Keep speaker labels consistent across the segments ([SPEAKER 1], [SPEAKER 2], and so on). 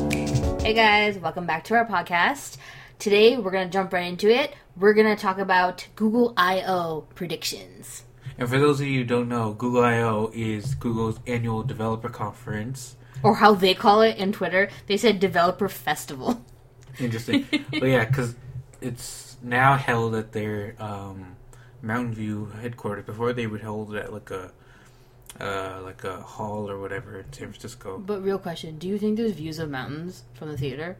[SPEAKER 1] Hey guys, welcome back to our podcast. Today we're going to jump right into it. We're going to talk about Google I.O. predictions.
[SPEAKER 2] And for those of you who don't know, Google I/O is Google's annual developer conference.
[SPEAKER 1] Or how they call it in Twitter, they said Developer Festival.
[SPEAKER 2] Interesting, but yeah, because it's now held at their um, Mountain View headquarters. Before they would hold it at like a uh, like a hall or whatever in San Francisco.
[SPEAKER 1] But, real question do you think there's views of mountains from the theater?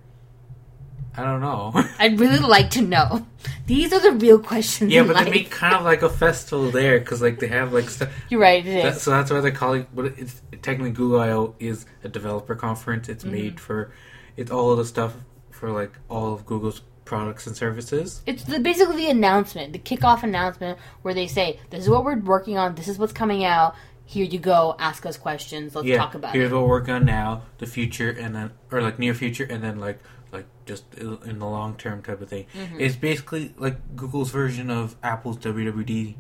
[SPEAKER 2] I don't know.
[SPEAKER 1] I'd really like to know. These are the real questions.
[SPEAKER 2] yeah,
[SPEAKER 1] in
[SPEAKER 2] but
[SPEAKER 1] life.
[SPEAKER 2] they make kind of like a festival there because like they have like stuff.
[SPEAKER 1] You're right, it
[SPEAKER 2] That,
[SPEAKER 1] is.
[SPEAKER 2] so that's why they call it. But it's technically Google I/O is a developer conference.
[SPEAKER 1] Mm-hmm.
[SPEAKER 2] It's made for, it's all of the stuff for like all of Google's products and services.
[SPEAKER 1] It's the, basically the announcement, the kickoff announcement, where they say, "This is what we're working on. This is what's coming out. Here you go. Ask us questions. Let's
[SPEAKER 2] yeah,
[SPEAKER 1] talk about
[SPEAKER 2] here's
[SPEAKER 1] it."
[SPEAKER 2] what we're working on now, the future, and then or like near future, and then like like just i- in the long term type of thing.
[SPEAKER 1] Mm-hmm.
[SPEAKER 2] It's basically like Google's version of Apple's WWD,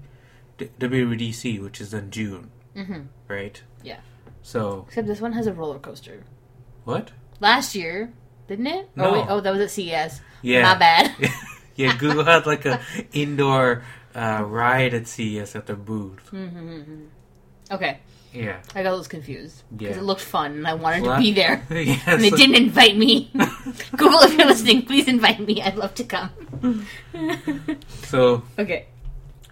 [SPEAKER 2] D- WWDC, which is in June, mm-hmm. right?
[SPEAKER 1] Yeah.
[SPEAKER 2] So
[SPEAKER 1] Except this one has a roller coaster.
[SPEAKER 2] what?
[SPEAKER 1] Last year, didn't it? Oh,
[SPEAKER 2] No.
[SPEAKER 1] wait, oh, that was at CES.
[SPEAKER 2] Yeah.
[SPEAKER 1] My bad.
[SPEAKER 2] yeah, Google had like a indoor uh, ride at CES at their booth.
[SPEAKER 1] Mm-hmm. okay,
[SPEAKER 2] Yeah,
[SPEAKER 1] I got those confused because
[SPEAKER 2] Yeah.
[SPEAKER 1] it looked fun and I wanted
[SPEAKER 2] Well,
[SPEAKER 1] to be there.
[SPEAKER 2] yeah,
[SPEAKER 1] And they
[SPEAKER 2] so-
[SPEAKER 1] didn't invite me. Google, if you're listening, please invite me. I'd love to come.
[SPEAKER 2] So
[SPEAKER 1] okay.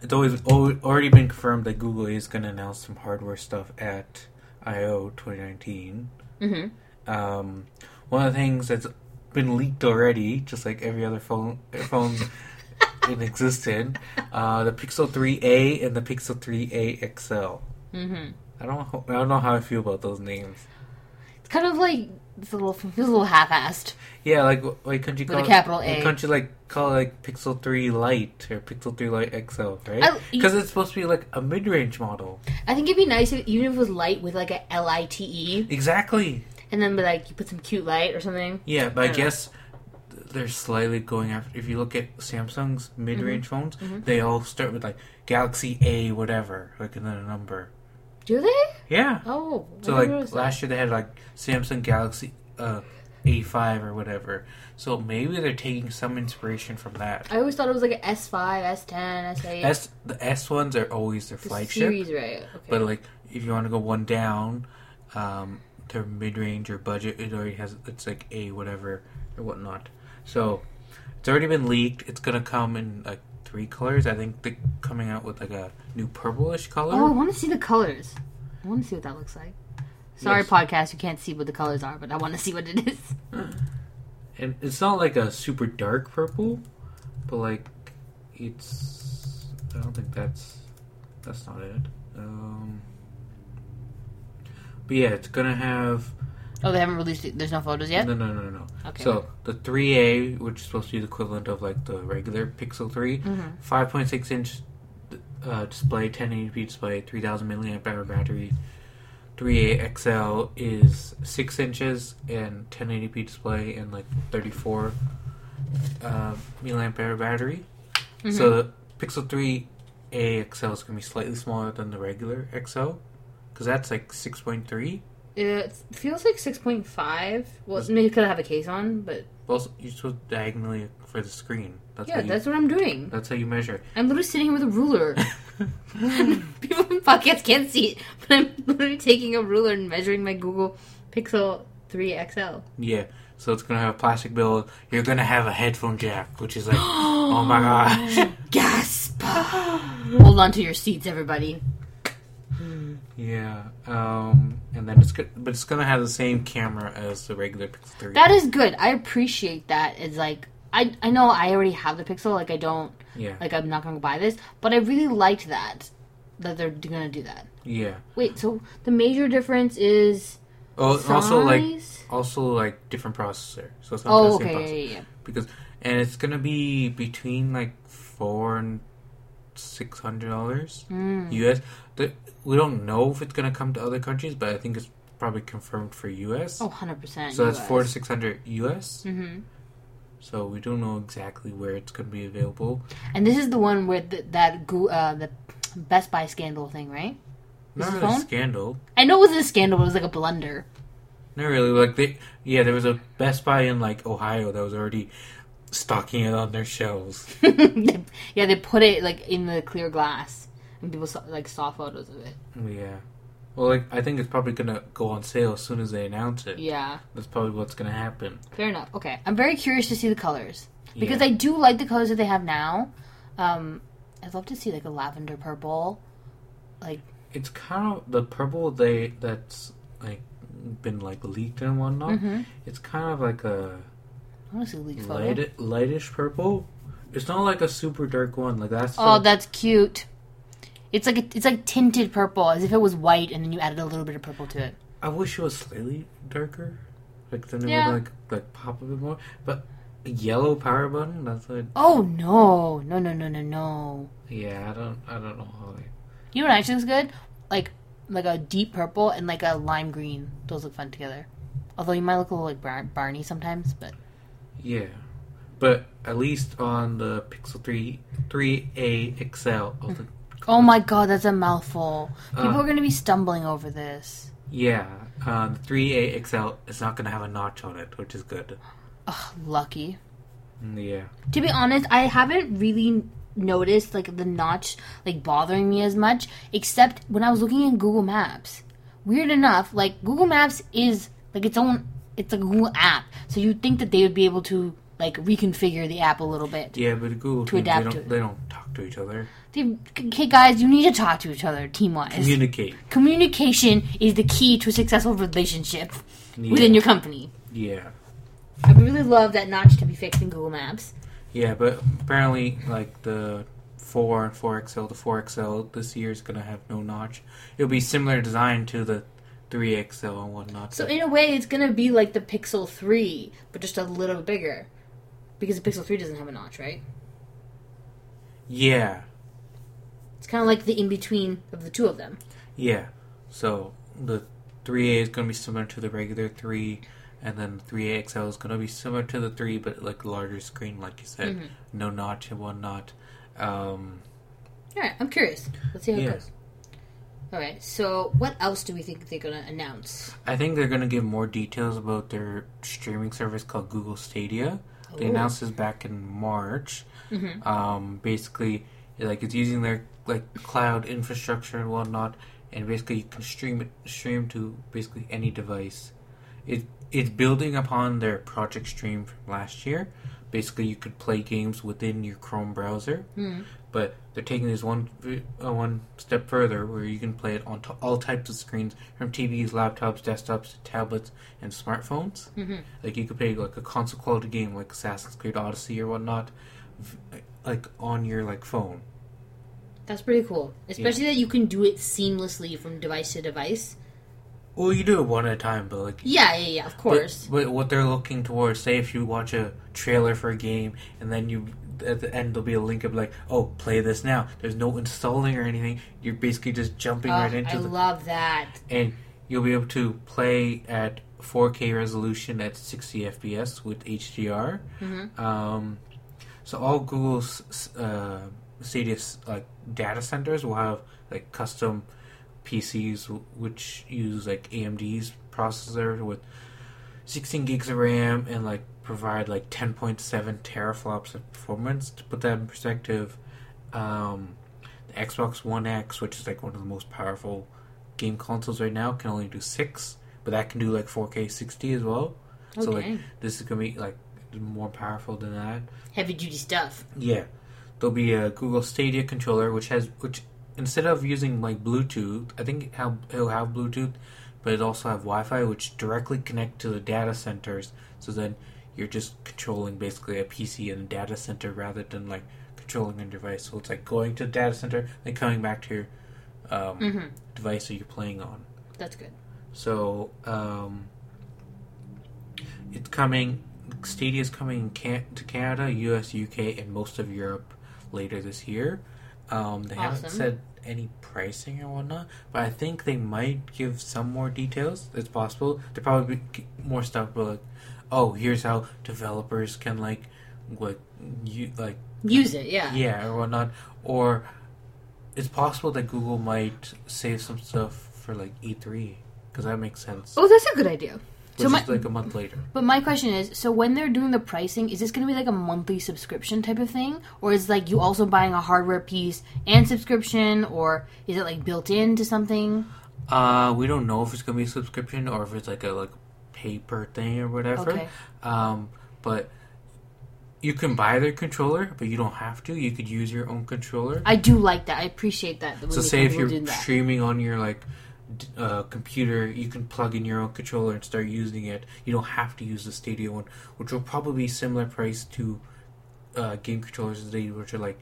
[SPEAKER 2] it's always al- already been confirmed that Google is going to announce some hardware stuff at I/O 2019.
[SPEAKER 1] Mhm.
[SPEAKER 2] Um, one of the things that's been leaked already, just like every other phone phone in existence, uh, the Pixel 3a and the Pixel 3a XL.
[SPEAKER 1] Mm-hmm.
[SPEAKER 2] I don't ho- I don't know how I feel about those names.
[SPEAKER 1] It's kind of like it's a little feels a little half-assed.
[SPEAKER 2] Yeah, like wh- why couldn't you
[SPEAKER 1] With
[SPEAKER 2] call
[SPEAKER 1] a capital
[SPEAKER 2] it, why
[SPEAKER 1] A.
[SPEAKER 2] Couldn't you like call it like Pixel Three Lite or Pixel Three Lite XL, right?
[SPEAKER 1] I-
[SPEAKER 2] Because it's supposed to be like a mid-range model.
[SPEAKER 1] I think it'd be nice if even if it was light with like a L I T E,
[SPEAKER 2] Exactly.
[SPEAKER 1] and then be like you put some cute light or something.
[SPEAKER 2] Yeah, but I,
[SPEAKER 1] I don't know.
[SPEAKER 2] guess th- they're slightly going after. If you look at Samsung's
[SPEAKER 1] Mm-hmm.
[SPEAKER 2] mid-range phones, they all start with like Galaxy A whatever, like and then a number.
[SPEAKER 1] Do they?
[SPEAKER 2] Yeah.
[SPEAKER 1] Oh, I
[SPEAKER 2] So
[SPEAKER 1] never
[SPEAKER 2] like
[SPEAKER 1] noticed that.
[SPEAKER 2] last year they had like Samsung Galaxy uh, A5 or whatever. So maybe they're taking some inspiration from that.
[SPEAKER 1] I always thought it was like an S five, S ten, S eight.
[SPEAKER 2] S the S ones are always their flagship.
[SPEAKER 1] series, right? Okay.
[SPEAKER 2] But like, if you want to go one down, um, their mid range or budget, it already has it's like a whatever or whatnot. So it's already been leaked. It's gonna come in like three colors. I think they're coming out with like a new purplish color.
[SPEAKER 1] oh, I want to see the colors. I want to see what that looks like. Sorry,
[SPEAKER 2] Yes.
[SPEAKER 1] podcast, you can't see what the colors are, but I want to see what it is.
[SPEAKER 2] And it's not like a super dark purple, but like it's. I don't think that's that's not it. Um, but yeah, it's gonna have
[SPEAKER 1] Oh, they haven't released it. There's no photos yet.
[SPEAKER 2] No, no, no, no.
[SPEAKER 1] Okay.
[SPEAKER 2] So the 3A, which is supposed to be the equivalent of like the regular Pixel 3,
[SPEAKER 1] Mm-hmm.
[SPEAKER 2] 5.6 inch uh, display, 1080p display, 3000 milliamp hour battery. 3A XL is six inches and 1080p display and like 34 uh, milliamp hour battery. So
[SPEAKER 1] Mm-hmm.
[SPEAKER 2] the Pixel 3A XL is going to be slightly smaller than the regular XL because that's like 6.3.
[SPEAKER 1] It feels like six point five. Well, maybe it could have a case on, but
[SPEAKER 2] Also, you're supposed to diagonally for the screen. That's
[SPEAKER 1] yeah,
[SPEAKER 2] how you,
[SPEAKER 1] that's what I'm doing.
[SPEAKER 2] That's how you measure.
[SPEAKER 1] I'm literally sitting here with a ruler. People in podcasts can't see it, but I'm literally taking a ruler and measuring my Google Pixel 3 XL.
[SPEAKER 2] Yeah. So it's gonna have a plastic build. You're gonna have a headphone jack, which is like, oh my gosh.
[SPEAKER 1] Gasp! Hold on to your seats, everybody.
[SPEAKER 2] Yeah. Um. And then it's good, but it's gonna have the same camera as the regular Pixel Three.
[SPEAKER 1] That is good. I appreciate that. It's like I I know I already have the Pixel. Like I don't
[SPEAKER 2] yeah.
[SPEAKER 1] like I'm not gonna buy this, but I really liked that that they're gonna do that.
[SPEAKER 2] yeah.
[SPEAKER 1] Wait, so the major difference is
[SPEAKER 2] Oh,
[SPEAKER 1] size?
[SPEAKER 2] and also like, also like different processor. So it's not
[SPEAKER 1] oh,
[SPEAKER 2] the same processor
[SPEAKER 1] okay, yeah, yeah, yeah.
[SPEAKER 2] because, and it's gonna be between like four and six hundred dollars.
[SPEAKER 1] Mm.
[SPEAKER 2] U.S. The, we don't know if it's going to come to other countries, but I think it's probably confirmed for U.S.
[SPEAKER 1] Oh, 100%.
[SPEAKER 2] so that's four to
[SPEAKER 1] US.
[SPEAKER 2] six hundred U.S.
[SPEAKER 1] Mhm.
[SPEAKER 2] So we don't know exactly where it's going to be available.
[SPEAKER 1] And this is the one with th- that goo- uh, the Best Buy scandal thing, right? This is
[SPEAKER 2] Not really a
[SPEAKER 1] phone?
[SPEAKER 2] scandal.
[SPEAKER 1] I know it wasn't a scandal, but it was like a blunder.
[SPEAKER 2] Not really. Like they, yeah, there was a Best Buy in like Ohio that was already stocking it on their shelves.
[SPEAKER 1] yeah, they put it like in the clear glass, and people saw, like saw photos of it.
[SPEAKER 2] Yeah. Well, like I think it's probably gonna go on sale as soon as they announce it.
[SPEAKER 1] Yeah,
[SPEAKER 2] That's probably what's gonna happen.
[SPEAKER 1] fair enough. Okay, I'm very curious to see the colors because
[SPEAKER 2] yeah.
[SPEAKER 1] I do like the colors that they have now. Um, I'd love to see like a lavender purple.
[SPEAKER 2] it's kind of the purple they that's like been like leaked and whatnot.
[SPEAKER 1] Mm-hmm.
[SPEAKER 2] It's kind of like a
[SPEAKER 1] I want to see the leaked photo.
[SPEAKER 2] light, lightish purple. It's not like a super dark one. Like that's
[SPEAKER 1] Oh,
[SPEAKER 2] the-
[SPEAKER 1] that's cute. It's like a, it's like tinted purple, as if it was white, and then you added a little bit of purple to it.
[SPEAKER 2] I wish it was slightly darker. Like then it
[SPEAKER 1] Yeah.
[SPEAKER 2] would like like pop a bit more. But a yellow power button. That's like
[SPEAKER 1] Oh no, no, no, no, no, no!
[SPEAKER 2] yeah. I don't I don't know how. They,
[SPEAKER 1] You know what actually looks good? Like like a deep purple and like a lime green. Those look fun together. Although you might look a little like Bar- Barney sometimes, but
[SPEAKER 2] yeah. But at least on the Pixel 3 3A XL. Of the,
[SPEAKER 1] oh my god, that's a mouthful. People
[SPEAKER 2] Uh.
[SPEAKER 1] are gonna be stumbling over this.
[SPEAKER 2] yeah. Uh, the 3A XL is not going to have a notch on it, which is good. Mm,
[SPEAKER 1] Ugh, lucky.
[SPEAKER 2] Yeah.
[SPEAKER 1] To be honest, I haven't really noticed like the notch like bothering me as much, except when I was looking in Google Maps. Weird enough, like Google Maps is like its own, it's a Google app, so you'd think that they would be able to like reconfigure the app a little bit.
[SPEAKER 2] Yeah, but Google
[SPEAKER 1] To
[SPEAKER 2] Teams,
[SPEAKER 1] adapt
[SPEAKER 2] they
[SPEAKER 1] to
[SPEAKER 2] don't
[SPEAKER 1] it.
[SPEAKER 2] they don't talk to each other.
[SPEAKER 1] They, okay, guys, you need to talk to each other team wise.
[SPEAKER 2] Communicate.
[SPEAKER 1] Communication is the key to a successful relationship
[SPEAKER 2] Yeah.
[SPEAKER 1] within your company.
[SPEAKER 2] yeah,
[SPEAKER 1] I would really love that notch to be fixed in Google Maps.
[SPEAKER 2] yeah, but apparently, like the four and four XL, the four XL this year is gonna have no notch. It'll be similar design to the three XL and whatnot.
[SPEAKER 1] So in a way, it's gonna be like the Pixel Three, but just a little bigger, because the Pixel Three doesn't have a notch, right?
[SPEAKER 2] yeah,
[SPEAKER 1] It's kind of like the in between of the two of them.
[SPEAKER 2] yeah. So the three A is gonna be similar to the regular three, and then three A XL is gonna be similar to the three, but like larger screen, like you said,
[SPEAKER 1] Mhm.
[SPEAKER 2] no notch and whatnot. Um,
[SPEAKER 1] All right, I'm curious. Let's see how it
[SPEAKER 2] Yeah.
[SPEAKER 1] goes. All right, so what else do we think they're gonna announce?
[SPEAKER 2] I think they're going to give more details about their streaming service called Google Stadia. They
[SPEAKER 1] Ooh.
[SPEAKER 2] announced this back in March.
[SPEAKER 1] Mhm.
[SPEAKER 2] Um, basically, like it's using their like cloud infrastructure and whatnot, and basically you can stream it stream to basically any device. It it's building upon their Project Stream from last year. Basically, you could play games within your Chrome browser,
[SPEAKER 1] Mhm.
[SPEAKER 2] but they're taking this one uh, one step further, where you can play it on to all types of screens, from TVs, laptops, desktops, to tablets, and smartphones.
[SPEAKER 1] Mhm.
[SPEAKER 2] Like you could play like a console quality game, like Assassin's Creed Odyssey or whatnot, v- like on your like phone.
[SPEAKER 1] That's pretty cool, especially that you can do it seamlessly from device to device.
[SPEAKER 2] Well, you do it one at a time, but like
[SPEAKER 1] Yeah, yeah, yeah. Of
[SPEAKER 2] But-
[SPEAKER 1] course.
[SPEAKER 2] But, what they're looking towards, say if you watch a trailer for a game and then you at the end there'll be a link of like, oh, play this now. There's no installing or anything. You're basically just jumping
[SPEAKER 1] Oh,
[SPEAKER 2] right
[SPEAKER 1] I
[SPEAKER 2] into the
[SPEAKER 1] love that.
[SPEAKER 2] and you'll be able to play at 4K resolution at 60 FPS with HDR.
[SPEAKER 1] Mhm.
[SPEAKER 2] Um, so all Google's s- uh, Stadia like data centers will have like custom PCs w- which use like AMD's processor with 16 gigs of RAM and like provide like 10.7 teraflops of performance. To put that in perspective, um, the Xbox One X, which is like one of the most powerful game consoles right now, can only do six, but that can do like 4K 60 as well. So like
[SPEAKER 1] Okay.
[SPEAKER 2] this is gonna be like more powerful than that.
[SPEAKER 1] Heavy duty stuff.
[SPEAKER 2] Yeah, there'll be a Google Stadia controller, which has which instead of using like Bluetooth, I think it have, it'll have Bluetooth, but it'll also have Wi-Fi, which directly connect to the data centers. So then you're just controlling basically a PC in a data center rather than like controlling a device. So it's like going to the data center, then coming back to your um,
[SPEAKER 1] Mhm.
[SPEAKER 2] device that you're playing on.
[SPEAKER 1] That's good.
[SPEAKER 2] So um, it's coming. Stadia is coming in can- to Canada, U.S., U.K., and most of Europe later this year. Um, they haven't
[SPEAKER 1] Awesome.
[SPEAKER 2] said any pricing or whatnot, but I think they might give some more details. It's possible. There probably be more stuff, but like, oh, here's how developers can like, what you like,
[SPEAKER 1] Use it, yeah.
[SPEAKER 2] yeah, or whatnot. Or it's possible that Google might save some stuff for like E3 because E that makes sense.
[SPEAKER 1] Oh, that's a good idea.
[SPEAKER 2] which
[SPEAKER 1] Oh, So my-
[SPEAKER 2] is like a month later.
[SPEAKER 1] But my question is, so when they're doing the pricing, is this going to be like a monthly subscription type of thing, or is like you also buying a hardware piece and subscription, or is it like built into something?
[SPEAKER 2] Uh, we don't know if it's gonna be a subscription or if it's like a like paper thing or whatever.
[SPEAKER 1] Okay.
[SPEAKER 2] Um, but you can buy their controller, but you don't have to. You could use your own controller.
[SPEAKER 1] I do like that. I appreciate that. that
[SPEAKER 2] so
[SPEAKER 1] we-
[SPEAKER 2] say if
[SPEAKER 1] we
[SPEAKER 2] you're
[SPEAKER 1] did that.
[SPEAKER 2] streaming on your like d- uh, computer, you can plug in your own controller and start using it. You don't have to use the Stadia one, which will probably be similar price to uh, game controllers today, which are like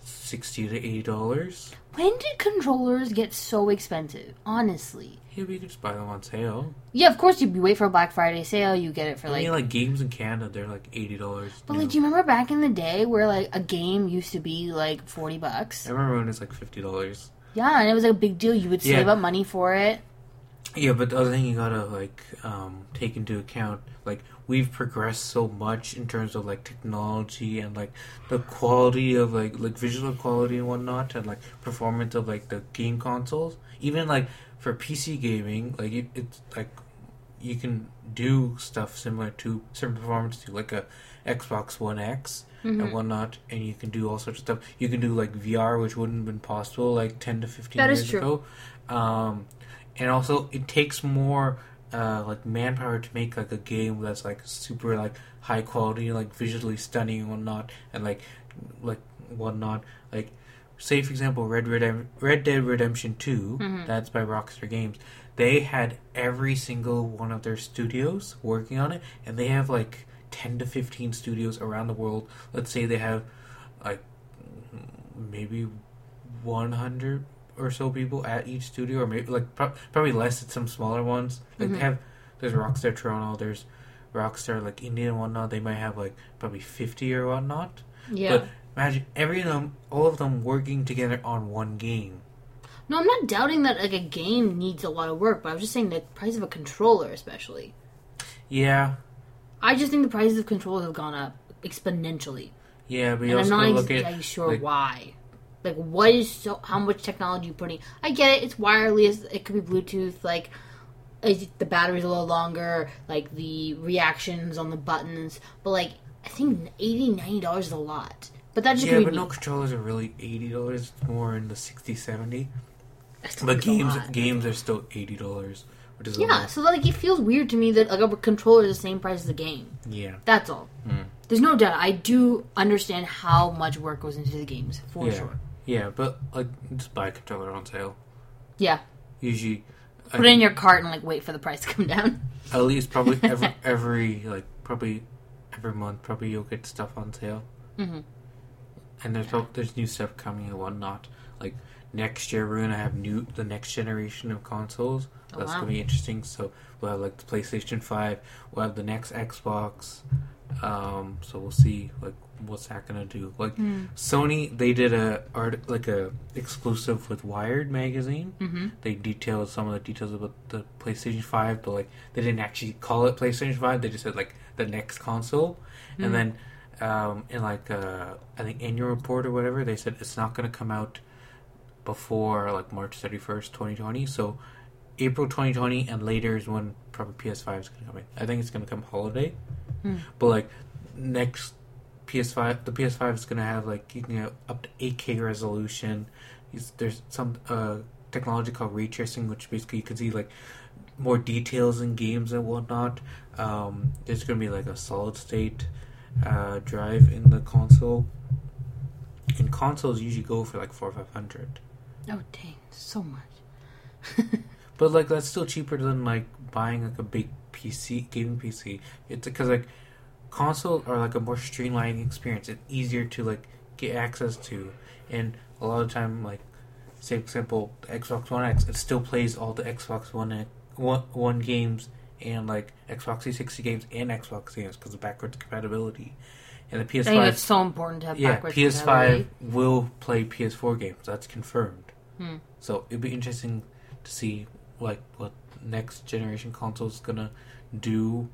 [SPEAKER 2] sixty to eighty dollars.
[SPEAKER 1] when did controllers get so expensive? Honestly,
[SPEAKER 2] Yeah, we could just buy them on sale.
[SPEAKER 1] yeah, of course you you wait for a Black Friday sale, you get it for
[SPEAKER 2] I
[SPEAKER 1] like.
[SPEAKER 2] mean, like games in Canada, they're like eighty dollars.
[SPEAKER 1] but like, do you remember back in the day where like a game used to be like forty bucks?
[SPEAKER 2] I remember when it's like fifty dollars.
[SPEAKER 1] Yeah, and it was like a big deal. You would
[SPEAKER 2] Yeah.
[SPEAKER 1] save up money for it.
[SPEAKER 2] Yeah, but the other thing you gotta like um, take into account, like we've progressed so much in terms of like technology and like the quality of like like visual quality and whatnot, and like performance of like the game consoles. Even like for PC gaming, like it, it's like you can do stuff similar to certain performance to like a Xbox One X
[SPEAKER 1] Mm-hmm.
[SPEAKER 2] and whatnot, and you can do all sorts of stuff. You can do like VR, which wouldn't have been possible like ten to fifteen
[SPEAKER 1] That is
[SPEAKER 2] years
[SPEAKER 1] true.
[SPEAKER 2] ago. Um, and also, it takes more uh, like manpower to make like a game that's like super like high quality, like visually stunning and whatnot, and like like whatnot. Like, say for example, Red Redem- Red Dead Redemption 2 that's by Rockstar Games. They had every single one of their studios working on it, and they have like ten to fifteen studios around the world. Let's say they have like maybe 100 or so people at each studio, or maybe like pro- probably less at some smaller ones. Like they have, there's Rockstar Toronto, there's Rockstar like India and whatnot. They might have like probably 50 or whatnot.
[SPEAKER 1] Yeah.
[SPEAKER 2] But imagine every of them, all of them working together on one game.
[SPEAKER 1] No, I'm not doubting that like a game needs a lot of work, but I was just saying the price of a controller, especially.
[SPEAKER 2] Yeah,
[SPEAKER 1] I just think the prices of controllers have gone up exponentially,
[SPEAKER 2] yeah, but you
[SPEAKER 1] and I'm
[SPEAKER 2] also
[SPEAKER 1] not
[SPEAKER 2] gotta
[SPEAKER 1] ex-
[SPEAKER 2] look at
[SPEAKER 1] exactly sure
[SPEAKER 2] like-
[SPEAKER 1] why. Like, what is so? How much technology you putting? I get it. It's wireless. It could be Bluetooth. Like, it, the battery's a little longer. Like the reactions on the buttons. But like, I think 80 90 dollars is a lot. But that just
[SPEAKER 2] yeah,
[SPEAKER 1] could
[SPEAKER 2] but
[SPEAKER 1] be
[SPEAKER 2] no
[SPEAKER 1] me.
[SPEAKER 2] controllers are really eighty dollars. It's more in the 60 70
[SPEAKER 1] I still
[SPEAKER 2] But
[SPEAKER 1] think it's a
[SPEAKER 2] games,
[SPEAKER 1] lot.
[SPEAKER 2] games are still eighty dollars, which is a
[SPEAKER 1] Yeah,
[SPEAKER 2] lot.
[SPEAKER 1] so like it feels weird to me that like a controller is the same price as a game.
[SPEAKER 2] yeah.
[SPEAKER 1] That's all.
[SPEAKER 2] Hmm.
[SPEAKER 1] There's no doubt. I do understand how much work goes into the games for
[SPEAKER 2] yeah.
[SPEAKER 1] sure.
[SPEAKER 2] Yeah, but like just buy a controller on sale.
[SPEAKER 1] Yeah.
[SPEAKER 2] Usually,
[SPEAKER 1] Put it in your cart and like wait for the price to come down.
[SPEAKER 2] at least probably every, every like probably every month probably you'll get stuff on sale.
[SPEAKER 1] Mhm.
[SPEAKER 2] And there's prob- there's new stuff coming and whatnot. Like next year we're gonna have new the next generation of consoles.
[SPEAKER 1] Oh,
[SPEAKER 2] That's
[SPEAKER 1] wow.
[SPEAKER 2] gonna be interesting. So we'll have like the PlayStation Five. We'll have the next Xbox. Um, so we'll see like what's that gonna do. Like
[SPEAKER 1] Hmm.
[SPEAKER 2] Sony, they did a art like a exclusive with Wired magazine. Mm-hmm. They detailed some of the details about the PlayStation Five, but like they didn't actually call it PlayStation Five. They just said like the next console, and then um, in like uh, I think annual report or whatever, they said it's not gonna come out before like March thirty first, twenty twenty. So April 2020 and later is when probably PS5 is going to come in. I think it's going to come holiday. But like next PS5, the PS5 is going to have like you can get up to 8K resolution. It's- There's some uh, technology called ray tracing, which basically you can see like more details in games and whatnot. Um, there's going to be like a solid state uh, drive in the console. And consoles usually go for like four or five hundred.
[SPEAKER 1] Oh dang, so much.
[SPEAKER 2] But like that's still cheaper than like buying like a big PC gaming PC. It's because like consoles are like a more streamlined experience. It's easier to like get access to, and a lot of time like say for example the Xbox One X, it still plays all the Xbox One X- one, one games and like Xbox 360 games and Xbox games because of backwards compatibility. And the
[SPEAKER 1] I think
[SPEAKER 2] PS5,
[SPEAKER 1] it's so important to have
[SPEAKER 2] yeah,
[SPEAKER 1] backwards
[SPEAKER 2] PS5
[SPEAKER 1] compatibility.
[SPEAKER 2] will play PS4 games. That's confirmed.
[SPEAKER 1] Hmm.
[SPEAKER 2] So it'd be interesting to see like what next generation console's gonna do.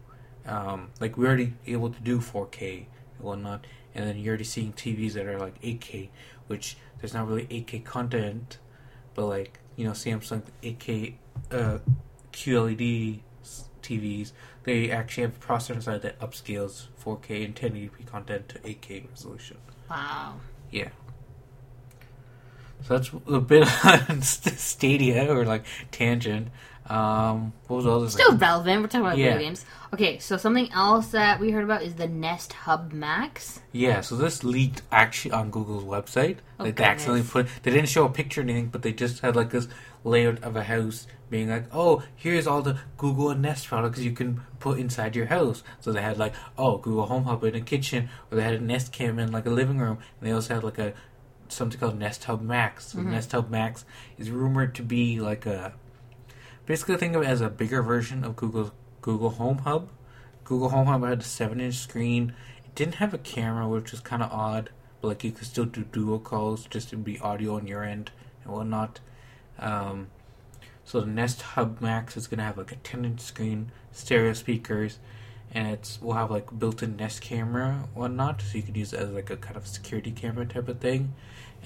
[SPEAKER 2] Um, like we're already able to do 4K and whatnot, and then you're already seeing TVs that are like 8K, which there's not really 8K content, but like you know Samsung 8K uh, QLED s- TVs, they actually have a processor inside that upscales 4K and 1080p content to 8K resolution.
[SPEAKER 1] Wow.
[SPEAKER 2] Yeah. So that's a bit on st- Stadia or like tangent. Um, what was all this?
[SPEAKER 1] Still relevant. We're talking about
[SPEAKER 2] Yeah.
[SPEAKER 1] video games. Okay, so something else that we heard about is the Nest Hub Max.
[SPEAKER 2] Yeah, so this leaked actually on Google's website.
[SPEAKER 1] Oh,
[SPEAKER 2] like they accidentally
[SPEAKER 1] goodness.
[SPEAKER 2] put they didn't show a picture or anything, but they just had like this layout of a house being like, oh, here's all the Google and Nest products you can put inside your house. So they had like, oh, Google Home Hub in a kitchen, or they had a Nest Cam in like a living room, and they also had like a something called Nest Hub Max. So Nest Hub Max is rumored to be like a basically think of it as a bigger version of Google's Google Home Hub. Google Home Hub had a seven-inch screen. It didn't have a camera, which was kind of odd. But like you could still do dual calls, just to be audio on your end and whatnot. Um, so the Nest Hub Max is gonna have like a ten-inch screen, stereo speakers, and it's will have like built-in Nest camera, whatnot. So you could use it as like a kind of security camera type of thing.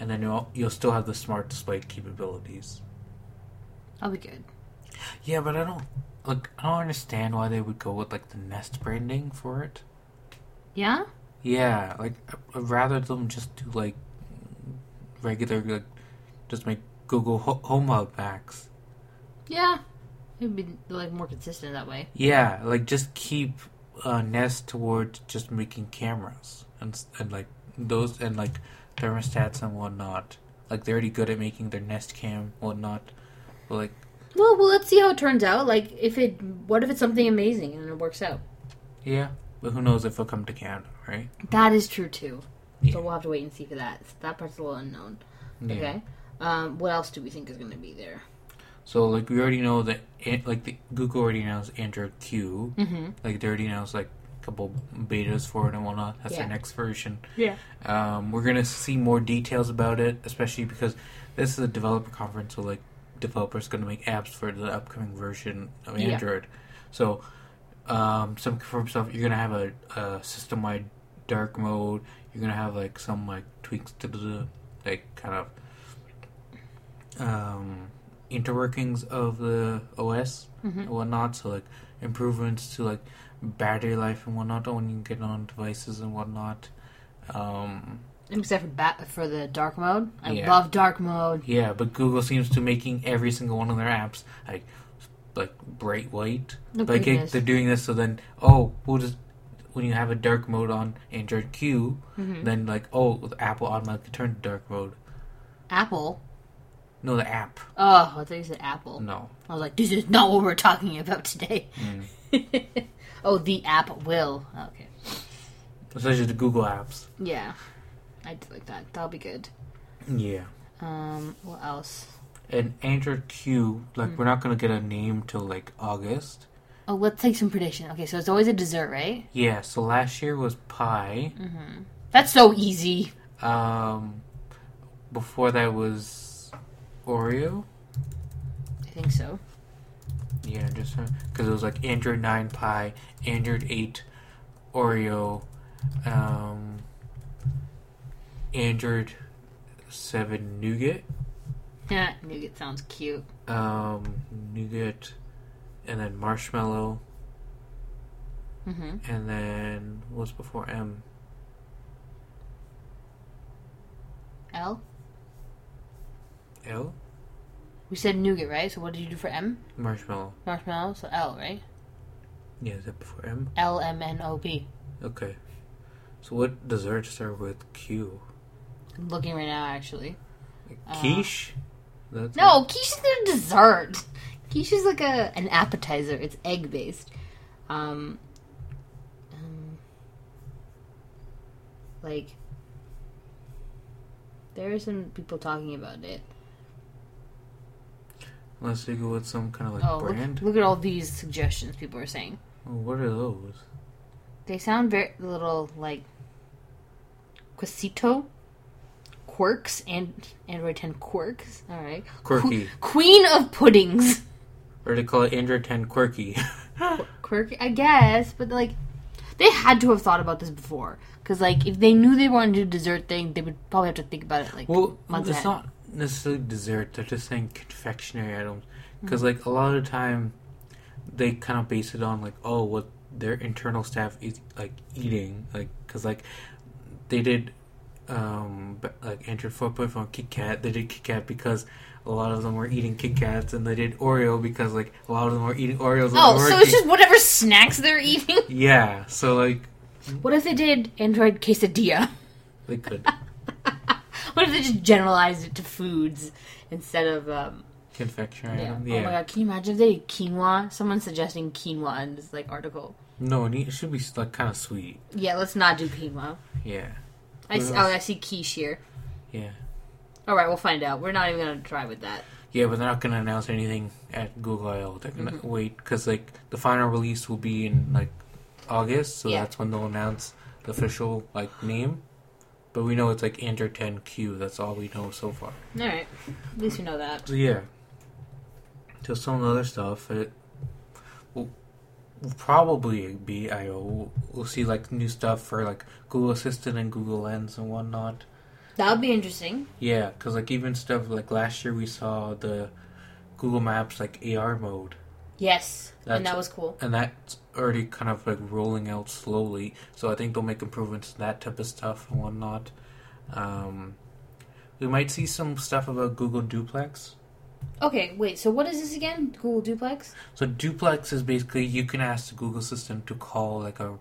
[SPEAKER 2] And then you'll you'll still have the smart display capabilities.
[SPEAKER 1] That'll be good.
[SPEAKER 2] Yeah, but I don't like. I don't understand why they would go with like the Nest branding for it.
[SPEAKER 1] Yeah?
[SPEAKER 2] Yeah, like I- I'd rather them just do like regular, like just make Google Ho- Home Hub Max.
[SPEAKER 1] Yeah. It'd be like more consistent that way.
[SPEAKER 2] Yeah, like just keep uh, Nest towards just making cameras and s- and like those and like thermostats and whatnot. Like they're already good at making their Nest Cam whatnot. But, like
[SPEAKER 1] Well, well, let's see how it turns out. Like, if it, what if it's something amazing and it works out?
[SPEAKER 2] yeah, but who knows if it'll come to Canada, right?
[SPEAKER 1] That is true too.
[SPEAKER 2] Yeah.
[SPEAKER 1] So we'll have to wait and see for that. So that part's a little unknown.
[SPEAKER 2] Yeah.
[SPEAKER 1] Okay. Um, what else do we think is going to be there?
[SPEAKER 2] So like we already know that an- like the Google already announced Android Q.
[SPEAKER 1] Mm-hmm.
[SPEAKER 2] Like they already announced like a couple betas for it and whatnot. That's
[SPEAKER 1] Yeah.
[SPEAKER 2] their next version.
[SPEAKER 1] Yeah.
[SPEAKER 2] Um, we're gonna see more details about it, especially because this is a developer conference, so like developers gonna make apps for the upcoming version of
[SPEAKER 1] Yeah.
[SPEAKER 2] Android. So um, some confirmed stuff. You're gonna have a, a system wide dark mode. You're gonna have like some like tweaks to the like kind of um, interworkings of the OS and whatnot. So like improvements to like battery life and whatnot when you get on devices and whatnot. Um,
[SPEAKER 1] Except for bat for the dark mode. I
[SPEAKER 2] Yeah.
[SPEAKER 1] love dark mode.
[SPEAKER 2] yeah, but Google seems to making every single one of their apps like like bright white.
[SPEAKER 1] Oh,
[SPEAKER 2] like it-
[SPEAKER 1] goodness.
[SPEAKER 2] they're doing this so then oh we'll just when you have a dark mode on Android Q, then like oh Apple automatically turns to dark mode.
[SPEAKER 1] Apple.
[SPEAKER 2] No, the app.
[SPEAKER 1] Oh, I thought you said Apple.
[SPEAKER 2] No. Mm.
[SPEAKER 1] I was like, this is not what we're talking about today. oh, the app will. Oh, Okay.
[SPEAKER 2] Especially the Google apps.
[SPEAKER 1] Yeah. I do like that. That'll be good.
[SPEAKER 2] Yeah.
[SPEAKER 1] Um, what else?
[SPEAKER 2] And Android Q, like we're not gonna get a name till like August.
[SPEAKER 1] Oh, let's take some prediction. Okay, so it's always a dessert, right?
[SPEAKER 2] Yeah, so last year was Pie.
[SPEAKER 1] That's so easy.
[SPEAKER 2] Um, before that was Oreo.
[SPEAKER 1] I think so.
[SPEAKER 2] Yeah, just because it was like Android Nine Pie, Android Eight, Oreo, um, Android Seven Nougat,
[SPEAKER 1] Yeah, nougat sounds cute.
[SPEAKER 2] um, Nougat, and then Marshmallow,
[SPEAKER 1] Mm-hmm.
[SPEAKER 2] and then what's before M?
[SPEAKER 1] L.
[SPEAKER 2] L?
[SPEAKER 1] We said nougat, right? So what did you do for M?
[SPEAKER 2] Marshmallow.
[SPEAKER 1] Marshmallow. So L, right?
[SPEAKER 2] Yeah, is that before M?
[SPEAKER 1] L M N O P.
[SPEAKER 2] Okay. So what desserts start with Q?
[SPEAKER 1] I'm looking right now, actually.
[SPEAKER 2] Quiche? That's
[SPEAKER 1] Uh, No, quiche is not a dessert. Quiche is like a an appetizer. It's egg based. Um, um, like there are some people talking about it.
[SPEAKER 2] Unless you go with some kind of like
[SPEAKER 1] Oh,
[SPEAKER 2] brand.
[SPEAKER 1] look, look at all these suggestions people are saying.
[SPEAKER 2] Oh, what are those?
[SPEAKER 1] They sound very little like Quisito, Quirks, and Android 10 Quirks. All right,
[SPEAKER 2] Quirky.
[SPEAKER 1] Queen of Puddings.
[SPEAKER 2] Or they call it Android 10 Quirky.
[SPEAKER 1] quirky, I guess, but like they had to have thought about this before because like if they knew they wanted to do dessert thing, they would probably have to think about it. Like,
[SPEAKER 2] well,
[SPEAKER 1] One's
[SPEAKER 2] it's
[SPEAKER 1] that.
[SPEAKER 2] not
[SPEAKER 1] Hmm.
[SPEAKER 2] necessarily dessert. They're just saying confectionery items. Because like a lot of the time, they kind of base it on like oh what their internal staff is like eating like because like they did um b- like entered footprint from Kit Kat they did Kit Kat because a lot of them were eating Kit Kats and they did Oreo because like a lot of them were eating Oreos. and
[SPEAKER 1] Oh,
[SPEAKER 2] they were
[SPEAKER 1] so it's
[SPEAKER 2] eating-
[SPEAKER 1] just whatever snacks they're eating.
[SPEAKER 2] yeah. So like
[SPEAKER 1] What if they did Android quesadilla?
[SPEAKER 2] they could
[SPEAKER 1] What if they just generalized it to foods instead of um
[SPEAKER 2] confectionery.
[SPEAKER 1] yeah.
[SPEAKER 2] Yeah.
[SPEAKER 1] Oh my god, can you imagine if they did quinoa? Someone suggesting quinoa in this like article.
[SPEAKER 2] No, it need- it should be like kind of sweet.
[SPEAKER 1] Yeah, let's not do quinoa.
[SPEAKER 2] Yeah.
[SPEAKER 1] I see,
[SPEAKER 2] What
[SPEAKER 1] oh,
[SPEAKER 2] else?
[SPEAKER 1] I see quiche here.
[SPEAKER 2] Yeah.
[SPEAKER 1] All right, we'll find out. We're not even gonna try with that.
[SPEAKER 2] Yeah, but they're not gonna announce anything at Google I/O. They're gonna wait because like the final release will be in like August, so
[SPEAKER 1] Yeah.
[SPEAKER 2] that's when they'll announce the official like name. But we know it's like Android 10Q. That's all we know so far.
[SPEAKER 1] All right, at least we know that.
[SPEAKER 2] So yeah, to some other stuff, it will will probably be I/O. We'll- We'll see like new stuff for like Google Assistant and Google Lens and whatnot.
[SPEAKER 1] That would be interesting.
[SPEAKER 2] Yeah, because like even stuff like last year we saw the Google Maps like AR mode.
[SPEAKER 1] Yes, and
[SPEAKER 2] That's-
[SPEAKER 1] that was cool.
[SPEAKER 2] and that's already kind of like rolling out slowly. So I think they'll make improvements in that type of stuff and whatnot. Um, we might see some stuff about Google Duplex.
[SPEAKER 1] Okay, wait. So what is this again? Google Duplex.
[SPEAKER 2] So Duplex is basically you can ask the Google system to call like a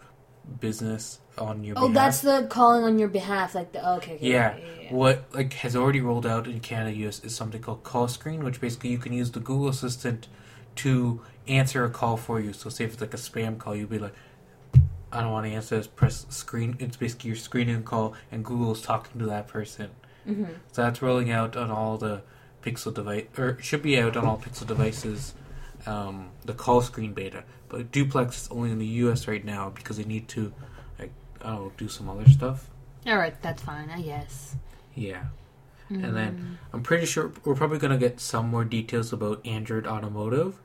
[SPEAKER 2] business on your.
[SPEAKER 1] Oh,
[SPEAKER 2] behalf.
[SPEAKER 1] that's the calling on your behalf, like the okay. okay
[SPEAKER 2] Yeah.
[SPEAKER 1] yeah, yeah, yeah.
[SPEAKER 2] What like has already rolled out in Canada, US is something called Call Screen, which basically you can use the Google Assistant to answer a call for you. So say if it's like a spam call, you'd be like, "I don't want to answer this." Press screen. It's basically your screening call, and Google's talking to that person.
[SPEAKER 1] Mhm.
[SPEAKER 2] So that's rolling out on all the Pixel device, or it should be out on all Pixel devices. Um, the call screen beta, but Duplex is only in the U.S. right now because they need to, like, I don't know, do some other stuff.
[SPEAKER 1] All right, that's fine. I guess.
[SPEAKER 2] Yeah. And
[SPEAKER 1] Hmm.
[SPEAKER 2] then I'm pretty sure we're probably going to get some more details about Android Automotive.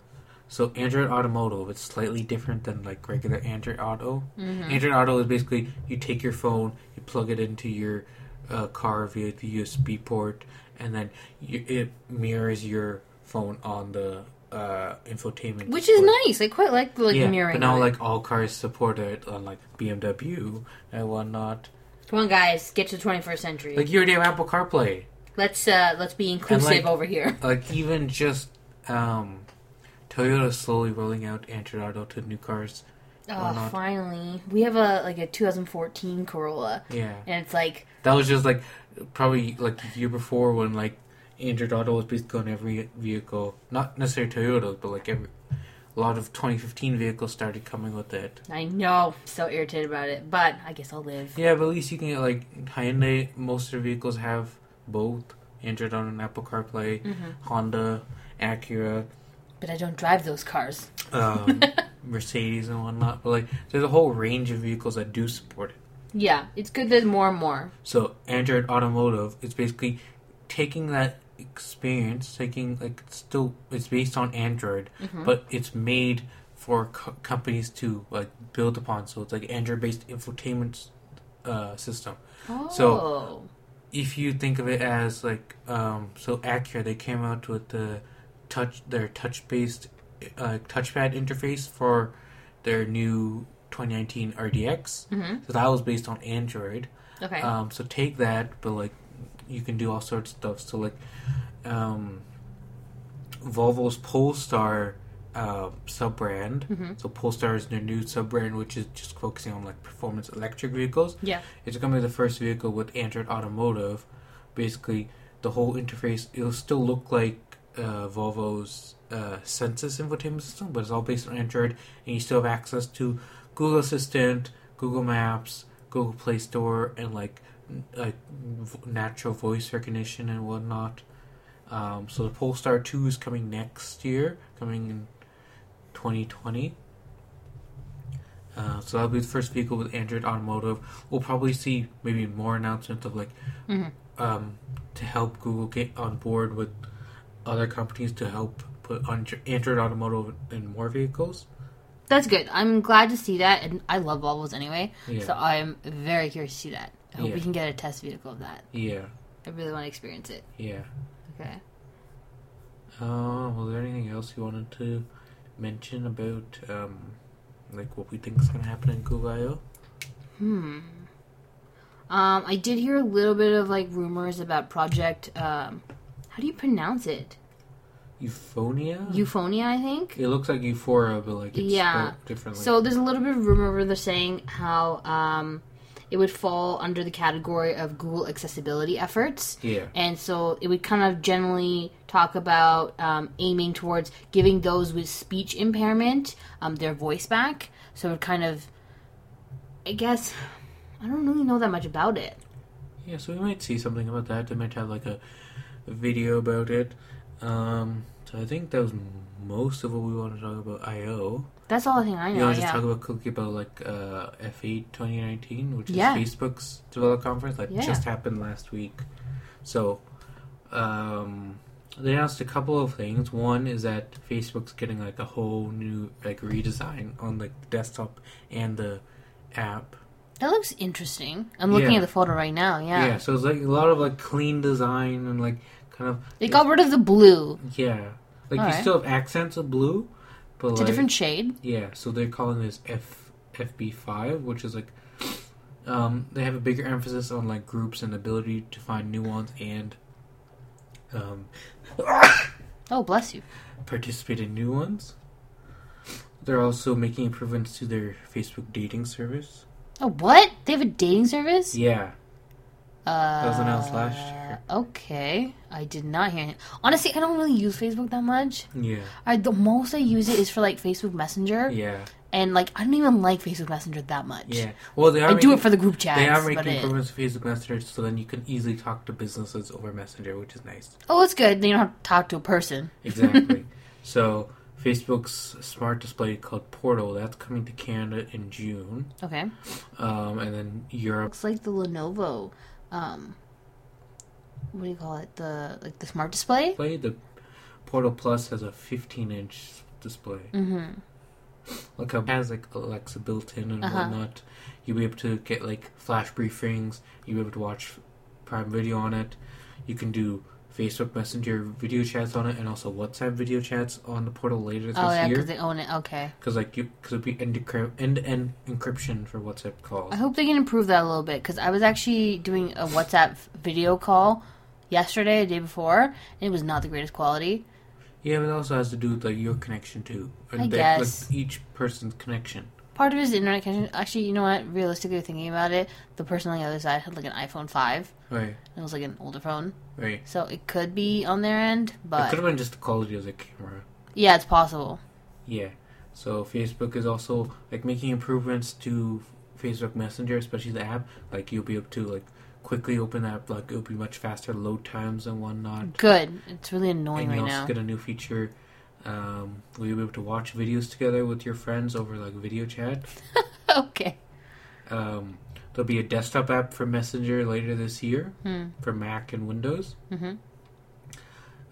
[SPEAKER 2] So Android Automotive, it's slightly different than like regular Android Auto.
[SPEAKER 1] Mm-hmm.
[SPEAKER 2] Android Auto is basically you take your phone, you plug it into your uh, car via the USB port, and then you, it mirrors your phone on the uh, infotainment.
[SPEAKER 1] Which is
[SPEAKER 2] display.
[SPEAKER 1] nice. I quite like the like
[SPEAKER 2] yeah,
[SPEAKER 1] mirroring.
[SPEAKER 2] but now
[SPEAKER 1] of it.
[SPEAKER 2] like all cars support it on like BMW and whatnot.
[SPEAKER 1] Come on, guys, get to the 21st century.
[SPEAKER 2] Like you already have Apple CarPlay.
[SPEAKER 1] let's uh let's be inclusive
[SPEAKER 2] like-
[SPEAKER 1] over here.
[SPEAKER 2] like even just um Toyota slowly rolling out Android Auto to new cars. why
[SPEAKER 1] Oh,
[SPEAKER 2] not?
[SPEAKER 1] finally, we have a like a 2014 Corolla,
[SPEAKER 2] Yeah.
[SPEAKER 1] and it's like
[SPEAKER 2] That was just like probably like the year before when like Android Auto was basically on every vehicle. Not necessarily Toyota, but like every a lot of 2015 vehicles started coming with it.
[SPEAKER 1] I know, so irritated about it, but I guess I'll live.
[SPEAKER 2] Yeah, but at least you can get like Hyundai. Most of their vehicles have both Android Auto and Apple CarPlay.
[SPEAKER 1] Mm-hmm.
[SPEAKER 2] Honda, Acura,
[SPEAKER 1] But I don't drive those cars.
[SPEAKER 2] um, Mercedes, and whatnot. But like, there's a whole range of vehicles that do support it.
[SPEAKER 1] Yeah, it's good that more and more.
[SPEAKER 2] So Android Automotive is basically taking that experience, taking like it's still it's based on Android,
[SPEAKER 1] Mm-hmm.
[SPEAKER 2] but it's made for co- companies to like build upon. So it's like Android-based infotainment uh, system.
[SPEAKER 1] Oh,
[SPEAKER 2] So- If you think of it as like um, so Acura, they came out with the touch their touch-based uh, touchpad interface for their new 2019 RDX.
[SPEAKER 1] Mhm.
[SPEAKER 2] So that was based on Android.
[SPEAKER 1] okay,
[SPEAKER 2] Um, so take that, but like you can do all sorts of stuff. So like um, Volvo's Polestar uh, sub brand.
[SPEAKER 1] Mhm.
[SPEAKER 2] So Polestar is their new sub brand, which is just focusing on like performance electric vehicles.
[SPEAKER 1] yeah,
[SPEAKER 2] It's going to be the first vehicle with Android Automotive. Basically, the whole interface it'll still look like uh, Volvo's uh, Census infotainment system, but it's all based on Android, and you still have access to Google Assistant, Google Maps, Google Play Store, and like n- like v- natural voice recognition and whatnot. Um, so the Polestar Two is coming next year, coming in 2020. Uh, so that'll be the first vehicle with Android Automotive. We'll probably see maybe more announcements of like
[SPEAKER 1] Mhm.
[SPEAKER 2] um, to help Google get on board with other companies to help put on- Android Automotive in more vehicles.
[SPEAKER 1] that's good. I'm glad to see that, and I love Volvos anyway,
[SPEAKER 2] Yeah,
[SPEAKER 1] so I'm very curious to see that. I hope
[SPEAKER 2] Yeah.
[SPEAKER 1] we can get a test vehicle of that.
[SPEAKER 2] yeah,
[SPEAKER 1] I really want to experience it.
[SPEAKER 2] yeah.
[SPEAKER 1] Okay.
[SPEAKER 2] Uh, was there anything else you wanted to mention about um, like what we think is going to happen in Google I/O?
[SPEAKER 1] Hmm. Um, I did hear a little bit of like rumors about Project. Um, how do you pronounce it?
[SPEAKER 2] Euphonia.
[SPEAKER 1] Euphonia, I think.
[SPEAKER 2] it looks like Euphoria, but like it's
[SPEAKER 1] Yeah.
[SPEAKER 2] spelled differently.
[SPEAKER 1] So there's a little bit of rumor where they're saying how um, it would fall under the category of Google accessibility efforts.
[SPEAKER 2] yeah,
[SPEAKER 1] And so it would kind of generally talk about um, aiming towards giving those with speech impairment um, their voice back. So it would kind of, I guess, I don't really know that much about it.
[SPEAKER 2] yeah. So we might see something about that. They might have like a, a video about it. Um, so I think that was most of what we want to talk about I/O.
[SPEAKER 1] That's all I think I
[SPEAKER 2] You
[SPEAKER 1] know.
[SPEAKER 2] want to just
[SPEAKER 1] Yeah.
[SPEAKER 2] talk about Cookie about like uh, F8 2019, which
[SPEAKER 1] Yeah.
[SPEAKER 2] is Facebook's developer conference that
[SPEAKER 1] Yeah.
[SPEAKER 2] just happened last week. So um, they announced a couple of things. One is that Facebook's getting like a whole new like redesign on like the desktop and the app.
[SPEAKER 1] that looks interesting. I'm looking
[SPEAKER 2] Yeah.
[SPEAKER 1] at the photo right now. Yeah.
[SPEAKER 2] yeah, so it's like a lot of like clean design and like kind of
[SPEAKER 1] They got rid of the blue.
[SPEAKER 2] yeah. Like you
[SPEAKER 1] Alright.
[SPEAKER 2] still have accents of blue, but
[SPEAKER 1] It's
[SPEAKER 2] like
[SPEAKER 1] a different shade.
[SPEAKER 2] Yeah, so they're calling this F FB five, which is like um, they have a bigger emphasis on like groups and ability to find nuance and um,
[SPEAKER 1] Oh, bless you.
[SPEAKER 2] participate in new ones. They're also making improvements to their Facebook dating service.
[SPEAKER 1] Oh, what? They have a dating service?
[SPEAKER 2] Yeah,
[SPEAKER 1] Uh,
[SPEAKER 2] was announced last year.
[SPEAKER 1] Okay, I did not hear it. Honestly, I don't really use Facebook that much.
[SPEAKER 2] yeah,
[SPEAKER 1] I the most I use it is for like Facebook Messenger,
[SPEAKER 2] yeah,
[SPEAKER 1] and like I don't even like Facebook Messenger that much.
[SPEAKER 2] yeah. Well, they are.
[SPEAKER 1] I
[SPEAKER 2] making,
[SPEAKER 1] do it for the group
[SPEAKER 2] They are
[SPEAKER 1] chats, but
[SPEAKER 2] making
[SPEAKER 1] it,
[SPEAKER 2] improvements to Facebook Messenger, so then you can easily talk to businesses over Messenger, which is nice.
[SPEAKER 1] oh, it's good. Then you don't have to talk to a person.
[SPEAKER 2] Exactly. so Facebook's smart display called Portal that's coming to Canada in June,
[SPEAKER 1] Okay,
[SPEAKER 2] um, and then Europe.
[SPEAKER 1] looks like the Lenovo. Um, what do you call it? The like the smart display.
[SPEAKER 2] Play the Portal Plus has a 15-inch display.
[SPEAKER 1] Mm-hmm.
[SPEAKER 2] Like it has like Alexa built in and
[SPEAKER 1] Uh-huh.
[SPEAKER 2] whatnot. You'll be able to get like flash briefings. You'll be able to watch Prime Video on it. You can do Facebook Messenger video chats on it, and also WhatsApp video chats on the Portal later this
[SPEAKER 1] Oh yeah,
[SPEAKER 2] year.
[SPEAKER 1] because they own it. Okay,
[SPEAKER 2] Because like you, because it'll be end to end encryption for WhatsApp calls.
[SPEAKER 1] I hope they can improve that a little bit because I was actually doing a WhatsApp video call yesterday, the day before, and it was not the greatest quality.
[SPEAKER 2] Yeah, but it also has to do with like your connection too, and
[SPEAKER 1] I
[SPEAKER 2] they-
[SPEAKER 1] guess.
[SPEAKER 2] like each person's connection.
[SPEAKER 1] Part of it is the internet connection. Actually, you know what? Realistically, thinking about it, the person on the other side had like an iPhone five.
[SPEAKER 2] Right,
[SPEAKER 1] It was like an older phone,
[SPEAKER 2] right.
[SPEAKER 1] so it could be on their end,
[SPEAKER 2] it
[SPEAKER 1] but
[SPEAKER 2] could have been just the quality of the camera.
[SPEAKER 1] yeah, it's possible.
[SPEAKER 2] Yeah. So Facebook is also like making improvements to Facebook Messenger, especially the app. Like you'll be able to like quickly open the app. Like it'll be much faster load times and whatnot.
[SPEAKER 1] Good. It's really
[SPEAKER 2] and
[SPEAKER 1] annoying
[SPEAKER 2] you
[SPEAKER 1] right
[SPEAKER 2] also
[SPEAKER 1] now.
[SPEAKER 2] get a new feature. Um, where you'll be able to watch videos together with your friends over like video chat.
[SPEAKER 1] okay.
[SPEAKER 2] Um, there'll be a desktop app for Messenger later this year
[SPEAKER 1] Hmm.
[SPEAKER 2] for Mac and Windows.
[SPEAKER 1] Mhm.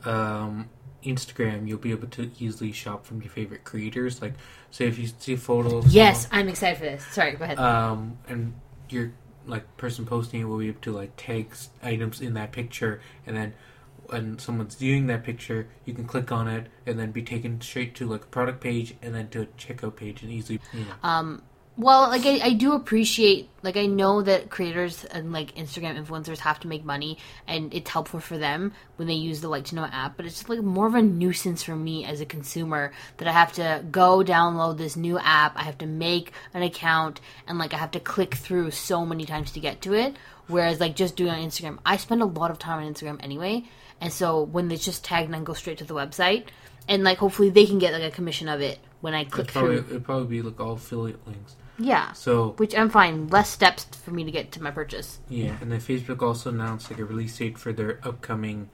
[SPEAKER 2] um, Instagram, you'll be able to easily shop from your favorite creators. Like, say if you see photos,
[SPEAKER 1] Yes, I'm excited for this. Sorry, go ahead.
[SPEAKER 2] um, and your like person posting it will be able to like tag s- items in that picture, and then when someone's viewing that picture, you can click on it and then be taken straight to like a product page and then to a checkout page and easily. You know.
[SPEAKER 1] um well like I, I do appreciate like i know that creators and like instagram influencers have to make money and it's helpful for them when they use the like to know app but it's just like more of a nuisance for me as a consumer that i have to go download this new app i have to make an account and like i have to click through so many times to get to it whereas like just doing it on instagram i spend a lot of time on instagram anyway and so when it's just tagged and I go straight to the website and like hopefully they can get like a commission of it when i click
[SPEAKER 2] It'd probably
[SPEAKER 1] through
[SPEAKER 2] it'd probably be like all affiliate links.
[SPEAKER 1] yeah
[SPEAKER 2] So
[SPEAKER 1] which I'm fine. Less steps for me to get to my purchase.
[SPEAKER 2] Yeah, and then Facebook also announced like a release date for their upcoming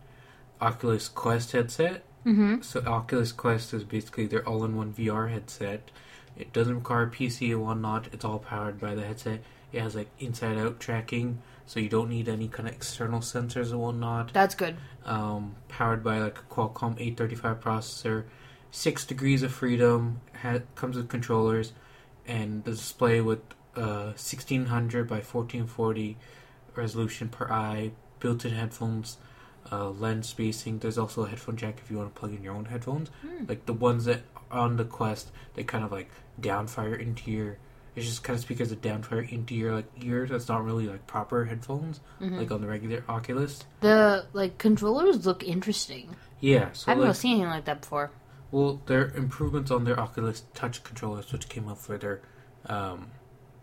[SPEAKER 2] Oculus Quest headset. Mm-hmm. So Oculus Quest is basically their all-in-one VR headset. It doesn't require a PC or whatnot. It's all powered by the headset. It has like inside-out tracking, so you don't need any kind of external sensors or whatnot
[SPEAKER 1] That's good.
[SPEAKER 2] um, powered by like a Qualcomm 835 processor, six degrees of freedom, ha- comes with controllers, and the display with uh, 1600 by 1440 resolution per eye, built-in headphones, uh, lens spacing. There's also a headphone jack if you want to plug in your own headphones. Like the ones that are on the Quest, they kind of like downfire into your. It's just kind of speakers that downfire into your like ears. That's not really like proper headphones, like on the regular Oculus.
[SPEAKER 1] The like controllers look interesting.
[SPEAKER 2] Yeah, so
[SPEAKER 1] I haven't
[SPEAKER 2] like,
[SPEAKER 1] really seen anything like that before.
[SPEAKER 2] well, their improvements on their Oculus Touch controllers, which came out for their um,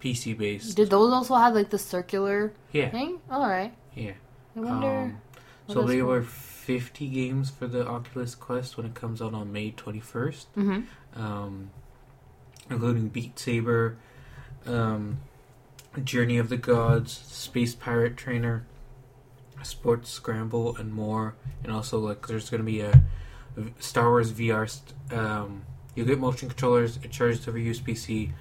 [SPEAKER 2] PC based.
[SPEAKER 1] Did those also have like the circular
[SPEAKER 2] Yeah,
[SPEAKER 1] thing? All right.
[SPEAKER 2] yeah.
[SPEAKER 1] I wonder.
[SPEAKER 2] Um,
[SPEAKER 1] what
[SPEAKER 2] so
[SPEAKER 1] else
[SPEAKER 2] there
[SPEAKER 1] we-
[SPEAKER 2] were 50 games for the Oculus Quest when it comes out on May 21st,
[SPEAKER 1] hmm
[SPEAKER 2] um, including Beat Saber, um, Journey of the Gods, Space Pirate Trainer, Sports Scramble, and more. And also, like, there's going to be a v- Star Wars VR. St- um, you get motion controllers. It charges over USB-C.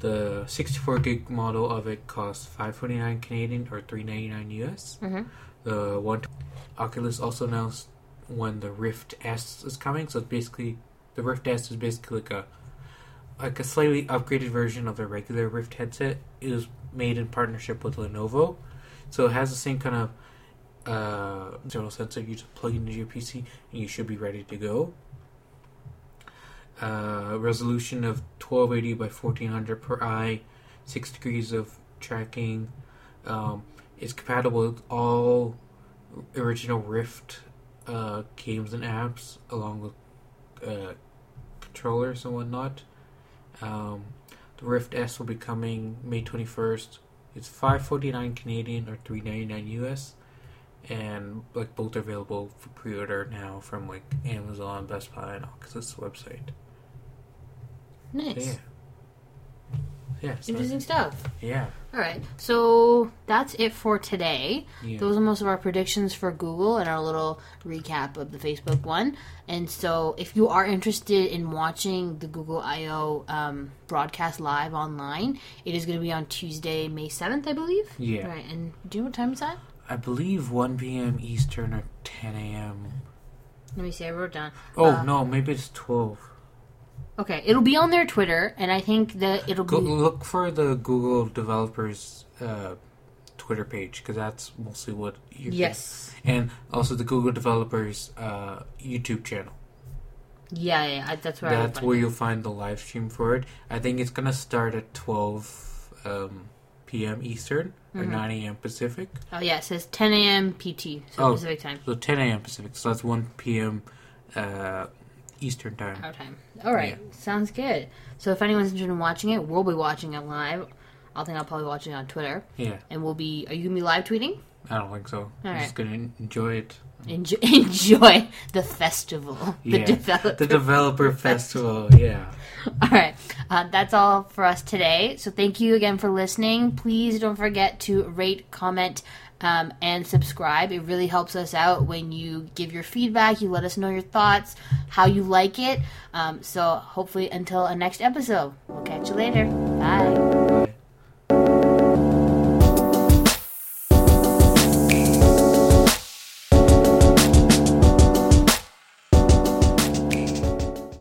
[SPEAKER 2] The 64 gig model of it costs 549 Canadian or 399 US.
[SPEAKER 1] hmm
[SPEAKER 2] The one Oculus also announced when the Rift S is coming, so it's basically the Rift S is basically like a like a slightly upgraded version of the regular Rift headset. It was made in partnership with Lenovo, so it has the same kind of uh, external sensor. You just plug it into your PC, and you should be ready to go. Uh, resolution of 1280 by 1400 per eye, six degrees of tracking. Um, it's compatible with all original Rift uh, games and apps, along with uh, controllers and whatnot. Um, the Rift S will be coming May 21st. It's 549 Canadian or 399 US, and like both are available for pre-order now from like Amazon, Best Buy, and Oculus website.
[SPEAKER 1] Nice.
[SPEAKER 2] So, yeah. Yeah. so-
[SPEAKER 1] Interesting stuff.
[SPEAKER 2] yeah.
[SPEAKER 1] All right. So that's it for today.
[SPEAKER 2] Yeah.
[SPEAKER 1] Those are most of our predictions for Google and our little recap of the Facebook one. And so, if you are interested in watching the Google I/O um, broadcast live online, it is going to be on Tuesday, May seventh, I believe.
[SPEAKER 2] Yeah.
[SPEAKER 1] Right. And do you know what time is that?
[SPEAKER 2] I believe 1 p.m. Eastern or 10 a.m.
[SPEAKER 1] Let me see. I wrote down.
[SPEAKER 2] Oh
[SPEAKER 1] Uh,
[SPEAKER 2] no, maybe it's 12.
[SPEAKER 1] Okay, it'll be on their Twitter, and I think that it'll
[SPEAKER 2] Go,
[SPEAKER 1] be.
[SPEAKER 2] look for the Google developers uh, Twitter page because that's mostly what you
[SPEAKER 1] Yes.
[SPEAKER 2] and also the Google developers uh, YouTube channel.
[SPEAKER 1] Yeah, yeah, yeah. I- That's where.
[SPEAKER 2] that's
[SPEAKER 1] I
[SPEAKER 2] where you'll find the live stream for it. I think it's gonna start at 12 um, p.m. Eastern or
[SPEAKER 1] Mm-hmm.
[SPEAKER 2] 9 a.m. Pacific.
[SPEAKER 1] Oh yeah, it says 10 a.m. PT, so
[SPEAKER 2] Oh.
[SPEAKER 1] Pacific time,
[SPEAKER 2] So 10 a.m. Pacific. So that's 1 p.m. Uh, Eastern time.
[SPEAKER 1] our time. All right, sounds good. So if anyone's interested in watching it, we'll be watching it live. I think I'll probably watch it on Twitter,
[SPEAKER 2] Yeah,
[SPEAKER 1] and we'll be. Are you gonna be live tweeting?
[SPEAKER 2] I don't think so. I'm
[SPEAKER 1] right.
[SPEAKER 2] just gonna enjoy it.
[SPEAKER 1] Enjoy, enjoy the festival, the
[SPEAKER 2] Mm-hmm. Yeah.
[SPEAKER 1] develop.
[SPEAKER 2] The developer festival. Yeah.
[SPEAKER 1] All right. Uh, that's all for us today. So thank you again for listening. Please don't forget to rate, comment, um, and subscribe. It really helps us out when you give your feedback, you let us know your thoughts, how you like it. Um, so hopefully, until a next episode, we'll catch you later. Bye.
[SPEAKER 2] Bye.